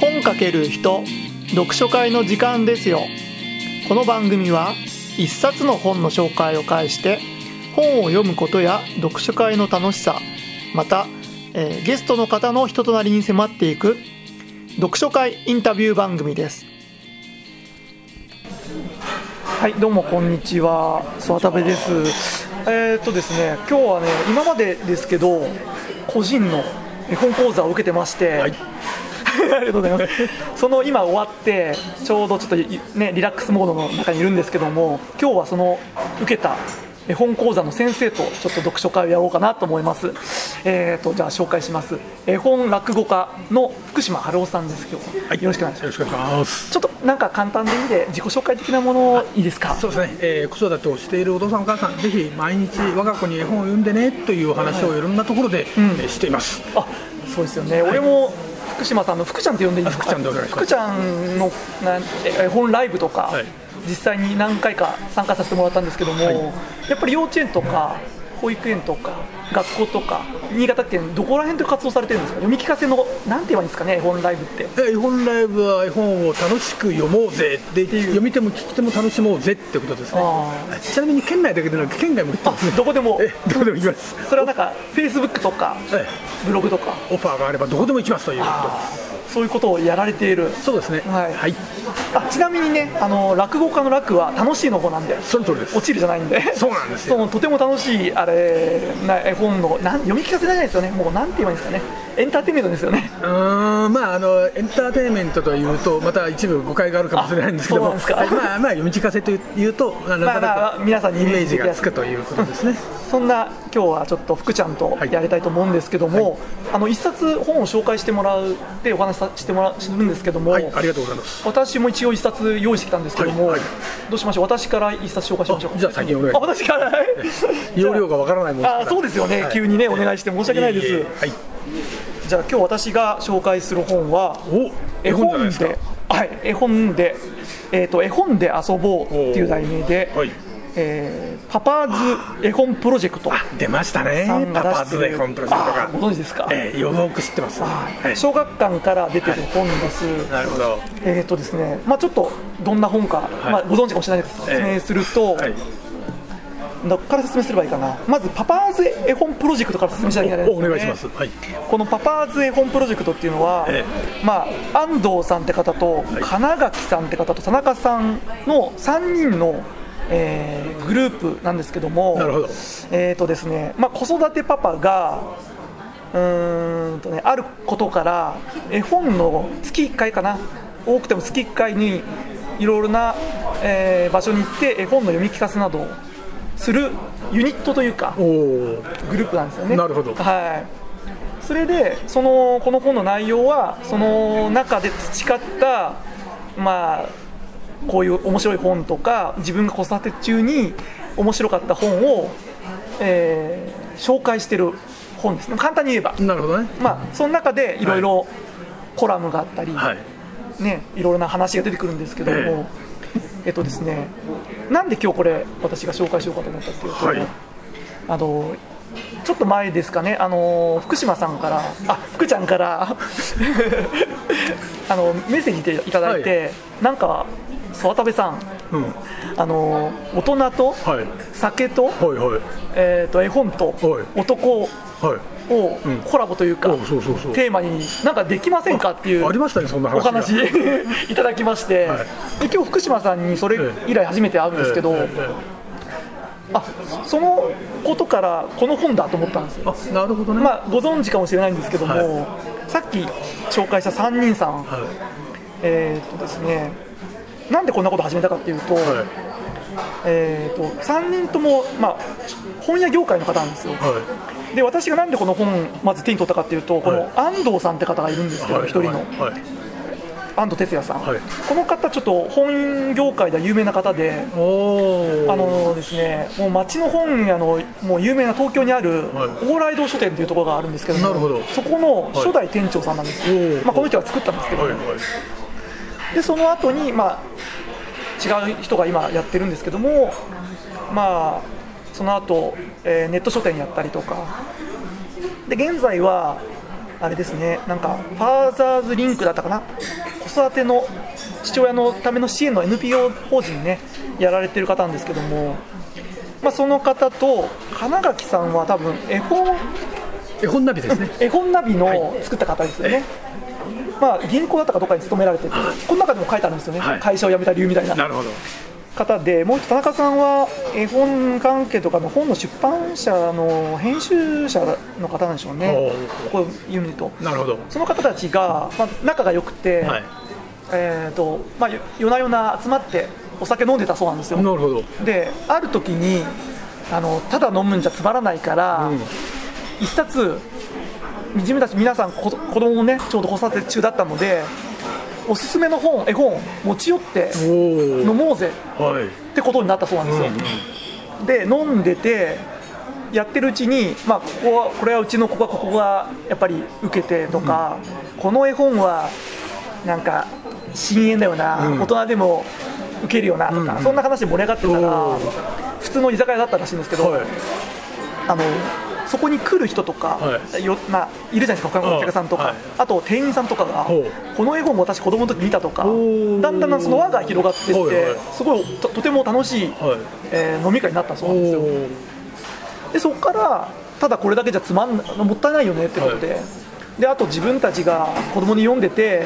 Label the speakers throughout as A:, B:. A: 本×人読書会の時間ですよこの番組は一冊の本の紹介を介して本を読むことや読書会の楽しさまた、えーゲストの方の人となりに迫っていく読書会インタビュー番組ですはいどうもこんにちは諏訪部ですえーっとですね今日はね今までですけど個人の絵本講座を受けてまして、 ありがとうございます。その今終わって、ちょうどちょっといね、リラックスモードの中にいるんですけども、今日はその受けた絵本講座の先生とちょっと読書会をやろうかなと思います。えーと、じゃあ紹介します。絵本落語家の福島春夫さんです、今日は。よろしくお願いしま
B: よ
A: す。
B: ろしくお願いします。
A: ちょっとなんか簡単でいいんで、自己紹介的なものいいですか。
B: そうですね、えー子育てをしているお父さん、お母さん、ぜひ毎日、我が子に絵本を読んでねというお話をいろんなところで、
A: うん
B: えーしています。
A: あそうですよね、俺も福島さんの福ちゃんって呼んでいいですか、
B: あ福ちゃんでお願いします
A: 福ちゃんのなんえ絵本ライブとか、
B: はい
A: 実際に何回か参加させてもらったんですけども、
B: はい
A: やっぱり幼稚園とか、保育園とか、学校とか、新潟県、どこら辺で活動されてるんですか、読み聞かせの、なんて言えばいいんですかね、絵本ライブって。
B: えー絵本ライブは絵本を楽しく読もうぜで、読み手も聞き手も楽しもうぜってことですね。
A: あ
B: ちなみに県内だけでなく、県外も行って
A: あ
B: ますね。
A: どこでも
B: え、どこでも行きます。
A: それはなんか、フェイスブックとか、
B: え
A: ブログとか、
B: ーオファーがあればどこでも行きますということ
A: あーそういうことをやられている。
B: そうですね。
A: はいあちなみにね、あの落語家の楽は楽しいの方なんで、
B: その通りです。
A: 落ちるじゃないんで、
B: そうなんですよ
A: そうとても楽しいあれな絵本のなん読み聞かせじゃないですよね、もうなんて言えばいいんですかね、エンターテインメントですよね。
B: うーんまあ、あのエンターテインメントというと、また一部誤解があるかもしれないんですけども、
A: あそうなんで
B: はい
A: すか
B: まあまあ、読み聞かせというと、まあなんとなく、
A: まあまあ皆さんに
B: イメージがつくということですね。
A: そんな今日はちょっと福ちゃんとやりたいと思うんですけども、あの一冊本を紹介してもらうってお話しさしてもらうするんですけども、
B: はい、ありがとうございます。
A: 私も一応一冊用意してきたんですけども、
B: はいはい
A: どうしましょう私から一冊紹介しましょう
B: あじゃあ先にお願い
A: あ私から
B: 容量がわからないもんですから
A: あそうですよね、
B: はい
A: 急にねお願いして申し訳ないです
B: ええはい、
A: じゃあ今日私が紹介する本は
B: お
A: 絵本ではい、絵本で、えー、と絵本で遊ぼうっていう題名で、
B: おーはい
A: えーパパーズ絵本プロジェクト
B: あ出ましたね
A: さん、が
B: パ
A: 出し
B: パ
A: て
B: ズ
A: る
B: でコンプロジェクト
A: あ
B: が。
A: ーご存知ですか
B: ええよく知ってます。
A: はい
B: はい
A: 小学館から出てる本です、
B: なるほど。
A: えーとですねまあ、ちょっとどんな本か、まあ、ご存知かもしれないですけど
B: ええ
A: 説明すると、
B: はい
A: どこから説明すればいいかなまずパパーズ絵本プロジェクトから説明しなきゃいけない
B: お
A: です
B: お
A: よね
B: 願いします。はい。
A: このパパーズ絵本プロジェクトっていうのは、
B: え
A: まあ、安藤さんって方と、金垣さんって方と田中さんの3人の、えーグループなんですけども
B: なるほど
A: えーとですねまあ、子育てパパがうーんと、ね、あることから絵本の月1回かな多くても月1回にいろいろな、えー場所に行って絵本の読み聞かせなどをするユニットというか
B: おお、
A: グループなんですよね。
B: なるほど
A: はい。それでそのこの本の内容はその中で培ったまあこういう面白い本とか自分が子育て中に面白かった本を、えー紹介してる本ですね。簡単に言えば、
B: なるほどね。
A: まあその中でいろいろコラムがあったり、
B: はい。
A: ね、いろいろな話が出てくるんですけども、
B: え
A: えっとですね、なんで今日これ、私が紹介しようかと思ったっていうと、
B: はい
A: あのちょっと前ですかね、あの福島さんから、あ福ちゃんから あのメッセージいただいて、
B: はい
A: なんか、諏訪部さん、
B: うん。は
A: あの大人と
B: い。
A: 酒と,、
B: はいはい。
A: えー、と絵本と
B: はい
A: 男
B: はい。
A: を
B: うん
A: コラボというか、
B: おそうそうそう
A: テーマになんかできませんかっていう
B: ありましたね、そんな話
A: お
B: が。
A: 話いただきまして、
B: はい
A: で今日福島さんにそれ以来初めて会うんですけど、
B: ええええええ
A: あそのことからこの本だと思ったんですよ、
B: あなるほどね、
A: まあ、ご存知かもしれないんですけども、
B: は
A: さっき紹介した3人さん、
B: はい
A: えーっとですね、なんでこんなこと始めたかっていうと,、
B: はい
A: えーっと3人とも、まあ、本屋業界の方なんですよ。
B: は
A: で私がなんでこの本まず手に取ったかっていうとこの安藤さんって方がいるんですけど、
B: い
A: 一人の、
B: はいはい
A: 安藤哲也さん、
B: はい
A: この方、ちょっと本業界では有名な方で、
B: おー
A: あのですね、もう町の本屋のもう有名な東京にある
B: はい
A: 往来堂書店というところがあるんですけども
B: なるほど
A: そこの初代店長さんなんですよ、
B: はいおー
A: まあ、この人が作ったんですけど、
B: はいはい
A: でその後にまあ、違う人が今やってるんですけども、まあ、その後、えーネット書店やったりとか、で現在は、あれですね、なんか、ファーザーズリンクだったかな、子育ての父親のための支援の NPO 法人ね、やられてる方なんですけども、まあ、その方と、金垣さんは多分絵本、
B: 絵本ナビで すね。
A: 絵本ナビの作った方ですよね。まあ、銀行だったかどっかに勤められてて、この中でも書いてあるんですよね、
B: はい
A: 会社を辞めた理由みたいな。
B: なるほど。
A: 方で、もう一田中さんは絵本関係とかの本の出版社の編集者の方なんでしょうね、ここ読むと。
B: なるほど。
A: その方たちが、まあ、仲が良くて、
B: はい。
A: えーとまあ、よ夜な夜な集まってお酒飲んでたそうなんです
B: なる
A: よ。
B: ほど。
A: で、ある時にあのただ飲むんじゃつまらないから、
B: うん
A: 一冊自分たち皆さんこ子供もねちょうど子育て中だったのでおすすめの本絵本持ち寄って
B: お
A: 飲
B: お。
A: もうぜ
B: はい。
A: ってことになったそうなんですよ、で飲んでてやってるうちに、まあ、ここはこれはうちのここはここがやっぱり受けてとか、この絵本はなんか深淵だよな、
B: うん
A: 大人でも受けるよなとか、
B: うんうん
A: そんな話で盛り上がってたら
B: お
A: 普通の居酒屋だったらしいんですけど、
B: はい
A: あのそこに来る人とか、、
B: はい
A: よまあ、いるじゃないですか、他のお客さんとか、
B: はい
A: あと店員さんとかが
B: ほ、
A: この絵本も私、子供の時見たとか
B: お、ー
A: だんだんその輪が広がってって、
B: はいはい
A: すごいととても楽しい、
B: はい
A: えー飲み会になったそう
B: お
A: なんですよ。
B: お。
A: でそこからただこれだけじゃつまんなもったいないよねってことで、
B: はい
A: であと自分たちが子供に読んでて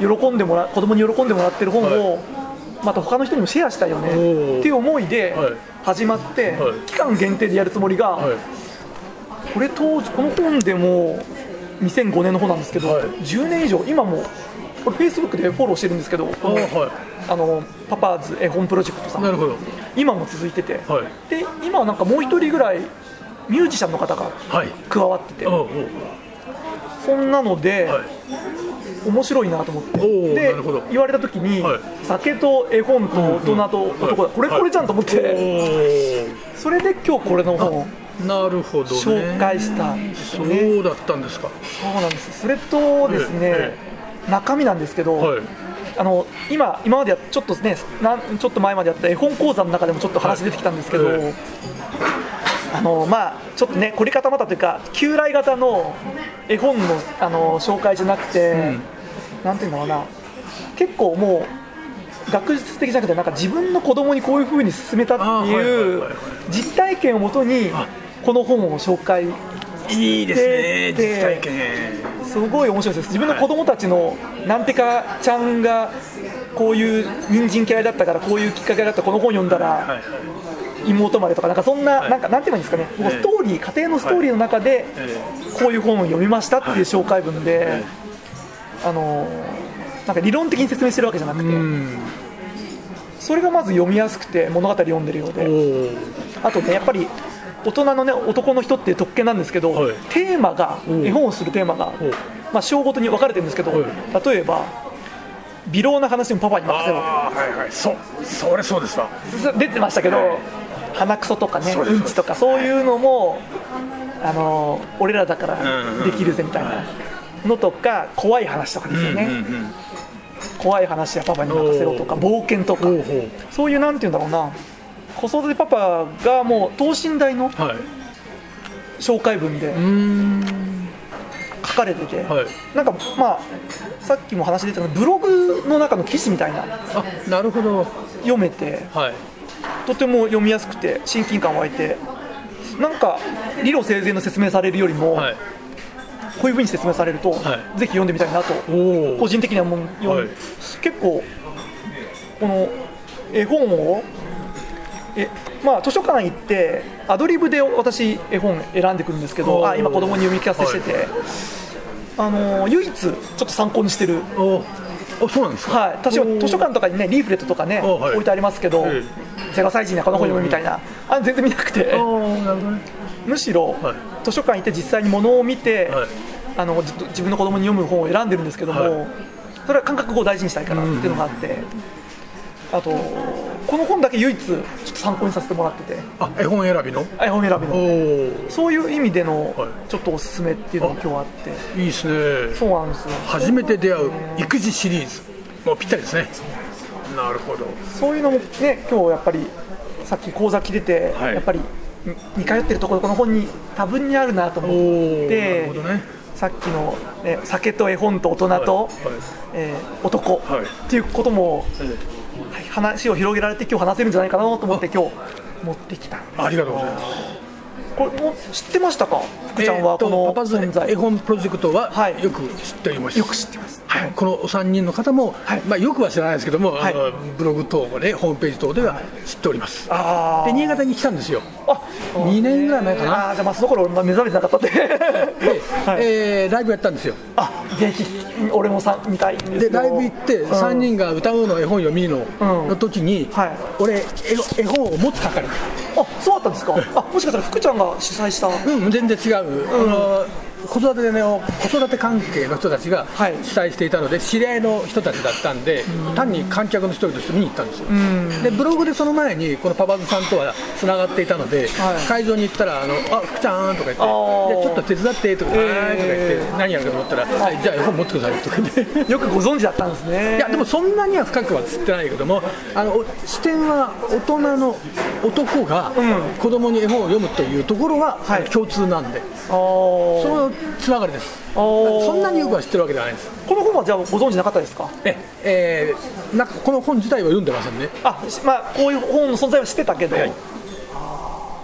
A: 喜んでもら子供に喜んでもらってる本を、また他の人にもシェアしたいよね
B: おー
A: っていう思いで
B: はい
A: 始まって、
B: はい
A: 期間限定でやるつもりが、
B: はい。
A: これ当時この本でも2005年の本なんですけど、
B: はい
A: 10年以上今もこれフェイスブックでフォローしてるんですけど
B: ああ、は
A: あのパパーズ絵本プロジェクトさ
B: い。なる
A: ん
B: ほど。
A: 今も続いてて、
B: はい。
A: で今はなんかもう一人ぐらいミュージシャンの方が
B: はい。
A: 加わってて
B: おお。
A: そんなので、
B: はい。
A: 面白いなと思って
B: おー
A: で
B: なるほど
A: 言われた時に、
B: はい
A: 酒と絵本と大人と男だ、これこれじゃんと思って、それで今日これの本を
B: おお。なるほど。
A: 紹介したんですよ
B: そ
A: ね
B: うだったんですか。
A: そうなんですそれとですね、
B: え
A: 中身なんですけど、
B: はい。
A: あの今今までやちょっとねなんちょっと前までやった絵本講座の中でもちょっと話出てきたんですけど、
B: はいはい
A: あのまあちょっとね凝り固まったというか旧来型の絵本のあの紹介じゃなくて、
B: うん
A: なんていうんだろうな結構もう学術的じゃなくてなんか自分の子供にこういう風に進めたってい
B: あーはいうはいはいはい
A: 実体験をもとに
B: あ
A: この本を紹介
B: いい
A: ですね
B: 実体
A: 実体
B: 験。
A: すごい面白いです自分の子供たちのなんてかちゃんがこういう人参嫌いだったからこういうきっかけだったこの本読んだ
B: はい
A: ら。妹までとかなんかそんな
B: は
A: いなんかなんて言えばいいんですかね
B: ええ
A: 僕ストーリー家庭のストーリーの中で
B: え
A: こういう本を読みましたっていう紹介文で
B: え
A: あのなんか理論的に説明してるわけじゃな
B: う
A: くて
B: ん。
A: それがまず読みやすくて物語読んでるよう
B: お
A: で
B: お。
A: あとねやっぱり大人のね男の人っていう特権なんですけど
B: はい
A: テーマが
B: おう
A: 絵本をするテーマが
B: おう
A: まあ、章ごとに分かれてるんですけど、
B: はい
A: 例えば微量な話もパパに任せろ
B: ああはいはいそうそれそうですわ
A: ず出てましたけど、
B: はい
A: 鼻くそとかね
B: そうです
A: うんちとかそういうのも、あの俺らだからできるぜみたい
B: うんうん
A: な
B: は
A: のとか怖い話とかですよね、怖い話はパパに任せろとか
B: お
A: 冒険とか
B: ほうほう
A: そういうなんて言うんだろうな子育てパパがもう等身大の
B: はい
A: 紹介文で
B: うーん
A: 書かれてて、
B: はい
A: なんかまあさっきも話出てたブログの中の記事みたいな
B: あなるほど
A: 読めて
B: はい
A: とても読みやすくて親近感湧いてなんか理路整然の説明されるよりも、
B: はい
A: こういうふうに説明されると、
B: はい
A: ぜひ読んでみたいなと
B: おお
A: 個人的にはもう、
B: はい
A: 結構この絵本をえまあ、図書館行ってアドリブで私絵本選んでくるんですけど
B: おー
A: あ今子供に読み聞かせしてて、
B: はい
A: あの唯一ちょっと参考にしてる
B: おおそうなんですか
A: はい、確かに図書館とかにねリーフレットとかね、
B: おはい
A: 置いてありますけど、
B: え
A: 0歳児にはこの本読むみたいな、あ全然見なくて、
B: おおなるほどね
A: むしろ、
B: はい
A: 図書館行って実際に物を見て、
B: はい
A: あのじ自分の子供に読む本を選んでるんですけども、
B: はい
A: それは感覚を大事にしたいからっていうのがあって、あとこの本だけ唯一ちょっと参考にさせてもらってて
B: あ絵本選びの
A: あ絵本選び
B: お
A: の
B: お
A: そういう意味での
B: はい
A: ちょっとおすすめっていうのが今日あって、
B: いいですね
A: そうなんですよ
B: 初めて出会う育児シリーズもうぴったりですねなるほど
A: そういうのもね、今日やっぱり、さっき講座来てて、
B: はい
A: やっぱりに似通ってるところ、この本に多分にあるなと
B: お
A: 思っ
B: おな
A: て、
B: るほどね
A: さっきの、ね、酒と絵本と大人と、
C: はいはい
A: えー男、
C: はい
A: っていうことも、
C: え
A: はい話を広げられて今日話せるんじゃないかなと思って今日持ってきた
C: ありがとうございます
A: これも知ってましたか福ちゃんはこ
B: えー
A: の
B: とパパズ
A: 存在
B: 絵本プロジェクトは
A: はい
B: よく知っております、
A: よく知ってます
B: はいこのお三人の方も、
A: はい
B: まあ、よくは知らないですけども、
A: はい
B: あのブログ等、ね、ホームページ等では知っております
A: あー
B: で新潟に来たんですよ
A: あ
B: 二年ぐらい前かな
A: あーじゃあまあその頃俺が目覚めてなかったって
B: で、
A: はい
B: えーライブやったんですよ
A: あぜひ俺もさ見たいんです
B: で
A: よ
B: ライブ行って
A: うん
B: 3人が歌うの絵本読みの,、
A: うん
B: の時に、
A: はい
B: 俺絵絵本を持つ係
A: あそうだったんですかあもしかしたら福ちゃんが主催 した
B: うん全然違う、
A: うん
B: あの子育ての子育て関係の人たちが
A: はい
B: 主催していたので、知り合いの人たちだったんで、単に観客の一人として見に行ったんですよ、
A: うん
B: でブログでその前にこのパパズさんとはつながっていたので、
A: はい
B: 会場に行ったら「あのあ福ちゃん」とか言って「でち
A: あー
B: ょっと手伝って」とか「
A: えー
B: はいとか言って何やるかと思ったら「はいじゃあ絵本持ってください」とか言って。
A: よくご存知だったんですね
B: いやでもそんなには深くは知ってないけどもあのお視点は大人の男が
A: うん
B: 子供に絵本を読むというところは
A: はい
B: 共通なんで、
A: あー
B: そのつながりです
A: あー
B: そんなによくは知ってるわけではないです
A: この本はじゃあご存知なかったですか
B: ええーなんかこの本自体は読んでませんね
A: あしまあこういう本の存在は知ってたけど、
B: はい
A: あー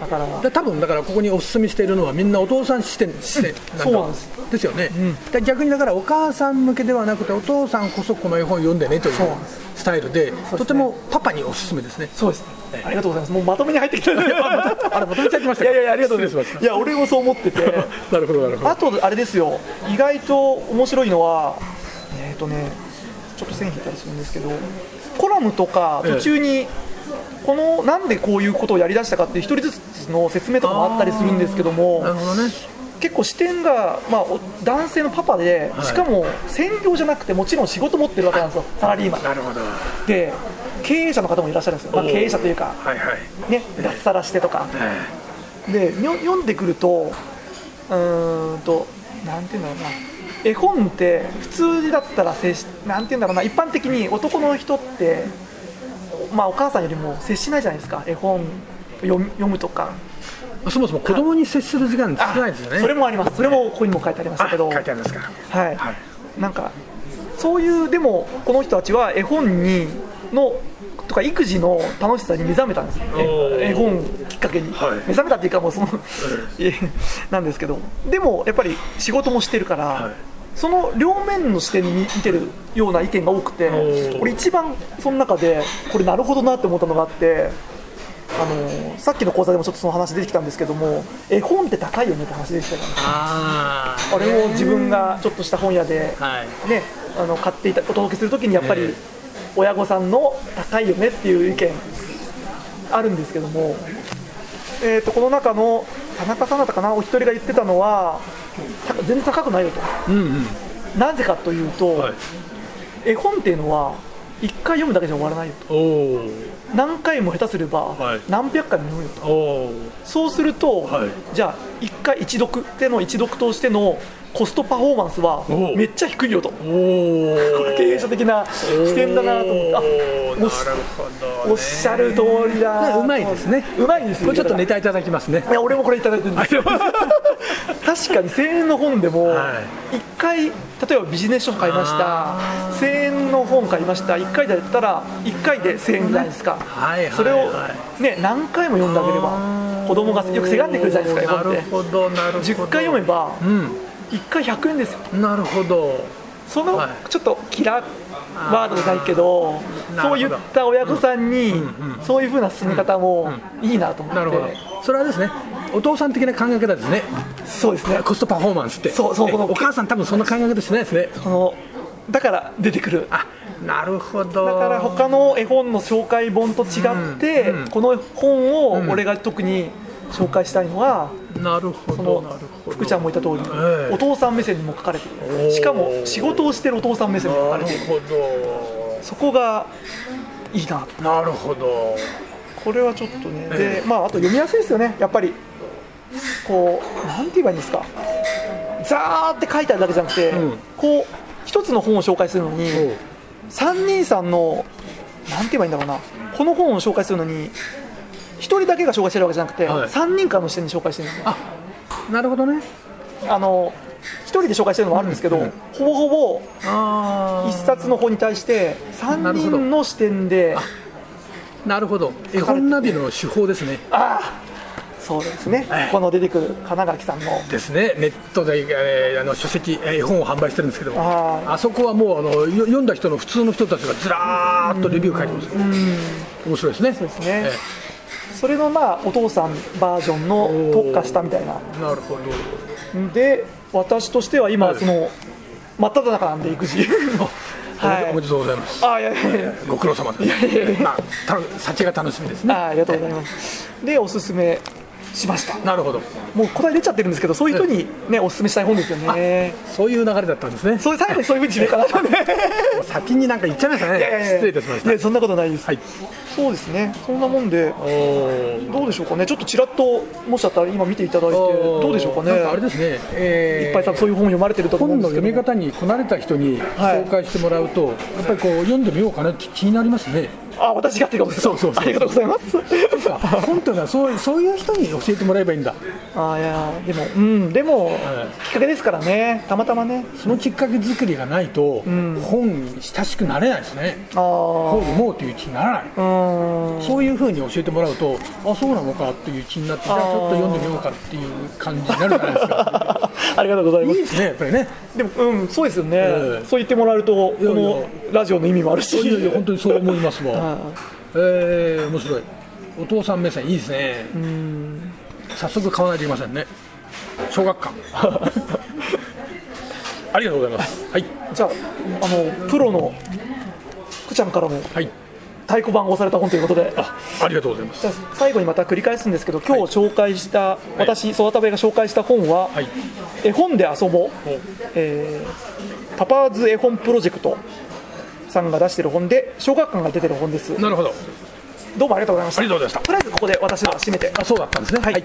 A: だから
B: で多分だからここにお勧めしているのはみんなお父さん 視点視点なんだ
A: そうなんです
B: ですよね、
A: うん
B: で逆にだからお母さん向けではなくてお父さんこそこの絵本読んでねという
A: そうなんです
B: スタイルで
A: ね
B: とてもパパにおすすめですね
A: そうです
B: え
A: ね
B: え
A: ありがとうございますもうまとめに入ってきた
B: あれまとめちゃいましたか
A: いやいやいやありがとうございます
B: 失礼しました
A: いや俺もそう思って て
B: なるほどなるほど
A: あとあれですよ意外と面白いのはえっ、とねちょっと線引いたりするんですけどコラムとか途中にこのなんでこういうことをやりだしたかっていう一人ずつの説明とかもあったりするんですけども
B: なるほどね
A: 結構視点が、まあ、お男性のパパで、
B: はい
A: しかも専業じゃなくてもちろん仕事持ってるわけなんですよサラリーマン
B: るほど
A: で経営者の方もいらっしゃるんですよ、まあ、
B: おー
A: 経営者というか、
B: はいはい
A: ね、脱サラしてとか
B: え
A: でよ読んでくるとうーんとなんていうんだろうな絵本って普通だったら接しなんていうんだろうな一般的に男の人って、まあ、お母さんよりも接しないじゃないですか絵本読む読むとか
B: えそもそも子供に接する時間少ないですよね
A: それもありますそれもここにも書いてありましたけど
B: あ書いてあるんですか
A: はい、
B: はい
A: なんかそういうでもこの人たちは絵本にのとか育児の楽しさに目覚めたんですよ
C: おー
A: 絵本きっかけに、
C: はい
A: 目覚めたっていうかもうその、 えなんですけどでもやっぱり仕事もしてるから、
C: はい
A: その両面の視点に見てるような意見が多くて
C: おー
A: 俺一番その中でこれなるほどなって思ったのがあってあのさっきの講座でもちょっとその話出てきたんですけども絵本って高いよねって話でしたよね
B: ああ
A: あれを自分がちょっとした本屋で、
B: はい
A: ね、あの買っていたお届けするときにやっぱ
B: え
A: り
B: え
A: 親御さんの高いよねっていう意見あるんですけども、えー、とこの中の田中さんだったかなお一人が言ってたのはた全然高くないよと
B: うんうん
A: なぜかというと、
C: はい
A: 絵本っていうのは一回読むだけじゃ終わらないよと
C: おお
A: 何回も下手すれば
C: はい
A: 何百回も読むよと
C: おお
A: そうすると、
C: はい
A: じゃあ一回一読での一読としてのコストパフォーマンスは
C: おう
A: めっちゃ低いよと
C: おお
A: これ経営者的な視点だなと思ってあ
C: おー
A: おっし
C: なるほどね
A: おっしゃる通りだ
B: うまいですね
A: うまいですよ
B: これちょっとネ
A: だか
B: タいただきますね
A: らいや俺もこれいただいてるんですよ確かに1000円の本でも
C: は
A: 一回例えばビジネス書買いました
B: あ
A: 1000円の本買いました1回だったら1回で1000円じゃないですか
B: はいはいはい
A: それをね何回も読んであげれば子供がよくせがんでくるじゃないですか絵
B: な
A: 本っ
B: る
A: て
B: ほどなるほど
A: 10回読めば
B: う
A: 1回100円ですよ
B: んなるほど
A: その
B: はい
A: ちょっとキラーワードじゃないけど
B: あー
A: そういった親御さんに
B: うんうんうん
A: そういう風な進め方もいいなと思
B: なるほ
A: っ
B: ど
A: て
B: それはですねお父さん的な考え方ですね
A: そうですね
B: コストパフォーマンスって
A: そうそう
B: えお母さん多分そんな考え方しないですね
A: このだから出てくる
B: あなるほど
A: だから他の絵本の紹介本と違って
B: うんうん
A: この本
B: うん
A: を俺が特に紹介したいのは
B: なるほ
A: そ
B: どな
A: の
B: るほど
A: 福ちゃんも言った通り
B: ええ
A: お父さん目線にも書かれて
C: おー
A: るしかも仕事をしてるお父さん目線にも書か
C: な
A: れ
C: る
A: ている
C: ほど
A: そこがいいなと。
C: なるほど
A: これはちょっとね、
B: え
A: でまあ、あと読みやすいですよね、やっぱり、こう、なんて言えばいいんですか、ザーって書いてあるだけじゃなくて、
B: うん
A: こう、一つの本を紹介するのに、
B: おう
A: 3人さんの、なんて言えばいいんだろうな、この本を紹介するのに、1人だけが紹介してるわけじゃなくて、
B: はい
A: 3人間の視点で紹介してるんですよ
B: あなるほどね
A: あの一人で紹介してるのもあるんですけど、
B: うんうん
A: ほぼほ
B: あ
A: ぼ
B: ー
A: 一冊の本に対して3人の視点で
B: あなるほど絵本ナビの手法ですね
A: ああそうですね、
B: はい
A: この出てくる金垣さんの
B: ですねネットで、えーあの書籍えー絵本を販売してるんですけども
A: あー
B: あそこはもうあのよ読んだ人の普通の人たちがずらーっとレビュー書いてます
A: うん
B: 面白いですね
A: そうですねそれのまあお父さんバージョンの特化したみたいな
B: えーなるほど
A: で私としては今
B: はい
A: その真っ只中なんで育児はい
B: おめでとうございます
A: あいやいやいや
B: ご苦労様で
A: いやいやいや
B: す。まあ、た幸が楽しみですね。
A: あありがとうございますでおすすめしました
B: なるほど。
A: もう答え出ちゃってるんですけどそういう人にねおすすめしたい本ですよね
B: そういう流れだったんですね。
A: そういう最後にそういうふうに締めかな
B: 先になんか言っちゃいましたね。
A: いやいやいや
B: 失礼いたしました。
A: いやそんなことないです、
B: はい。
A: そうですねそんなもんで
B: おー
A: どうでしょうかねちょっとちらっともしあったら今見ていただいてどうでしょうかね
B: なんかあれですね。えー
A: いっぱい多分そういう本読まれてると思う
B: 本
A: んで
B: の
A: すけ
B: 読
A: ど
B: み方にこなれた人に
A: はい
B: 紹介してもらうと、やっぱりこう読んでみようかなって気になりますね。
A: あ私がってことですか
B: そうそうそう
A: ありがとうございます
B: そうか本というのはそうそういう人に教えてもらえばいいんだ。
A: あいやでもうんでも、
B: はい
A: きっかけですからねたまたまね
B: そのきっかけ作りがないと、
A: うん
B: 本に親しくなれないですね。
A: ああ
B: 本を読もうという気にならない。
A: うん
B: そういうふうに教えてもらうと、あそうなのかっていう気になって、じゃあちょっと読んでみようかっていう感じになるじゃないですか。
A: ありがとうござい
B: い
A: ま
B: い
A: す
B: ですね、やっぱりね。
A: でもうんそうですよね、
B: ええ
A: そう言ってもらえるとこ
B: いやいや
A: のラジオの意味もあるし
B: いやいや本当にそう思いますもん
A: は
B: えー、面白い。お父さん目線いいですね。
A: い うん
B: 早速買わないといけませんね。小学 館。ありがとうございます。はい。
A: じゃああのプロのくちゃんからも
B: はい。
A: 太鼓判を押された本ということで
B: あ、ありがとうございます。
A: じゃあ最後にまた繰り返すんですけど今日紹介した、私育田部が紹介した本は、
B: はい。
A: 絵本で遊ぼう
B: お
A: えーパパーズ絵本プロジェクトさんが出してる本で小学館が出てる本です
B: なるほど。
A: どうもありがとうございました
B: ありがとうございました
A: とりあえずここで私のは締めて
B: あ、そうだったんですね。
A: はい
B: はい